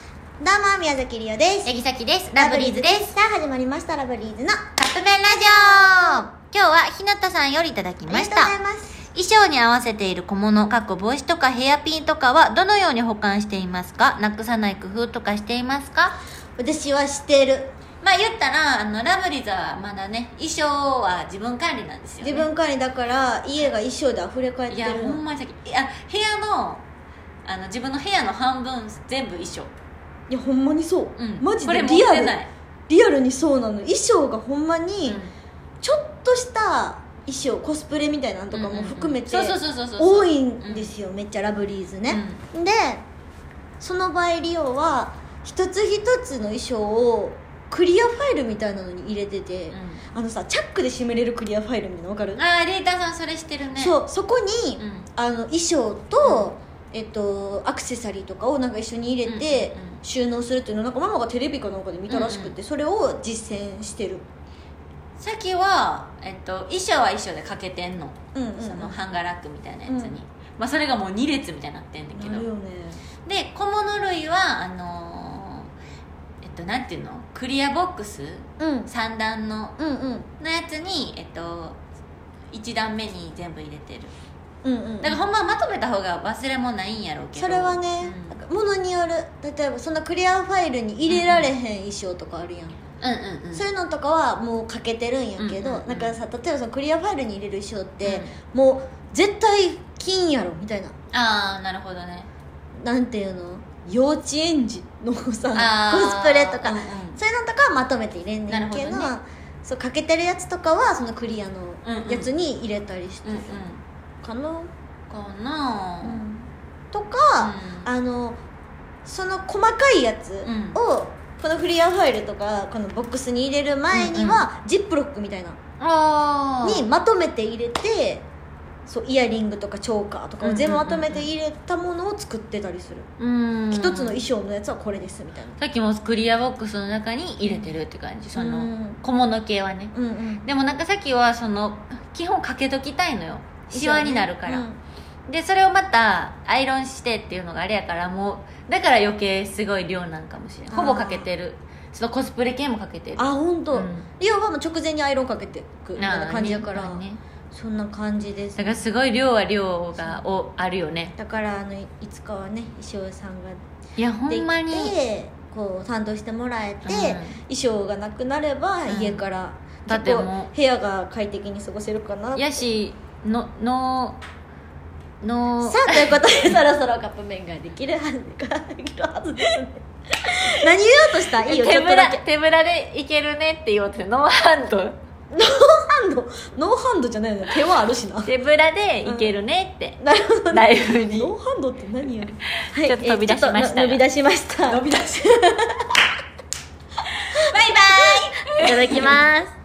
どうも宮崎りおです八木咲ですラブリーズですさあ始まりましたラブリーズのカップ麺ラジオ今日はひなたさんよりいただきましたありがとうございます衣装に合わせている小物かっこ帽子とかヘアピンとかはどのように保管していますかなくさない工夫とかしていますか私はしてるまあ言ったらあのラブリーズはまだね衣装は自分管理なんですよ、ね、自分管理だから家が衣装で溢れ返っいてやるほんのまにさっきいや部屋のあの自分の部屋の半分全部衣装いやほんまにそう、うんマジこでれ持っリアてルないリアルにそうなの衣装がほんまにうんちょっとした衣装コスプレみたいなのとかも含めてうんうんうんそうそうそうそうそう多いんですよめっちゃラブリーズね、でその場合リオは一つ一つの衣装をクリアファイルみたいなのに入れてて、あのさチャックで締めれるクリアファイルみたいなのわかる、うんああリータさんそれしてるねそうそこに、うんあの衣装と、えっと、アクセサリーとかをなんか一緒に入れてうんうんうん収納するっていうのをなんかママがテレビかなんかで見たらしくて、うんうそれを実践してるさっきは、えっと、衣装は衣装でかけてんの、うんうんうんそのハンガーラックみたいなやうんつに、まあ、それがもう2列みたいになってんだけどなるよねで小物類はあのーえっとなんていうのクリアボックスうん3段のうんうんのやつにえっと1段目に全部入れてるうんうんだからほんまはまとめた方が忘れもないんやろうけどそれはね、なんか物による例えばそのクリアファイルに入れられへん衣装とかあるやん、うん、うんうんうんそういうのとかはもう欠けてるんやけど、うんうんうんなんかさ例えばそのクリアファイルに入れる衣装って、もう絶対金やろみたいなああなるほどねなんていうの幼稚園児のさあコースプレとか、うんうんそういうのとかはまとめて入れんねんけどなるほどねそう欠けてるやつとかはそのクリアのうんうんやつに入れたりしてうんうるんかな、かなうぁんとか、うんあのその細かいやつんを、このクリアファイルとかこのボックスに入れる前には、ジップロックみたいなあーにまとめて入れてそうイヤリングとかチョーカーとかを全部まとめて入れたものを作ってたりする、うん一つの衣装のやつはこれですみたいなさっきもクリアボックスの中に入れてるって感じそうんの小物系はねうんうんでもなんかさっきはその基本かけときたいのよシワになるから、でそれをまたアイロンしてっていうのがあれやからもうだから余計すごい量なんかもしれないほぼかけてるそのコスプレ系もかけてるあ本当、うんリオはもう直前にアイロンかけてくみたいな感じだから、あーねそんな感じですだからすごい量は量がおあるよねだからあのいいつかはね衣装さんがいやほでんまにきてこう担当してもらえて、うん衣装がなくなればうん家から、だってもう部屋が快適に過ごせるかなやしのののさあということでそろそろカップ麺ができるはずができるはずですね何言おうとしたいいよち手ょっとだぶらけ手ぶらでいけるねって言おうとしてノーハンドノーハンドノーハンドじゃないのよ手はあるしな手ぶらでいけるねって、なるほどねライブにノーハンドって何や、はちょっと飛び出しましたがえーちょっとの伸び出しました伸び出しバイバイいただきます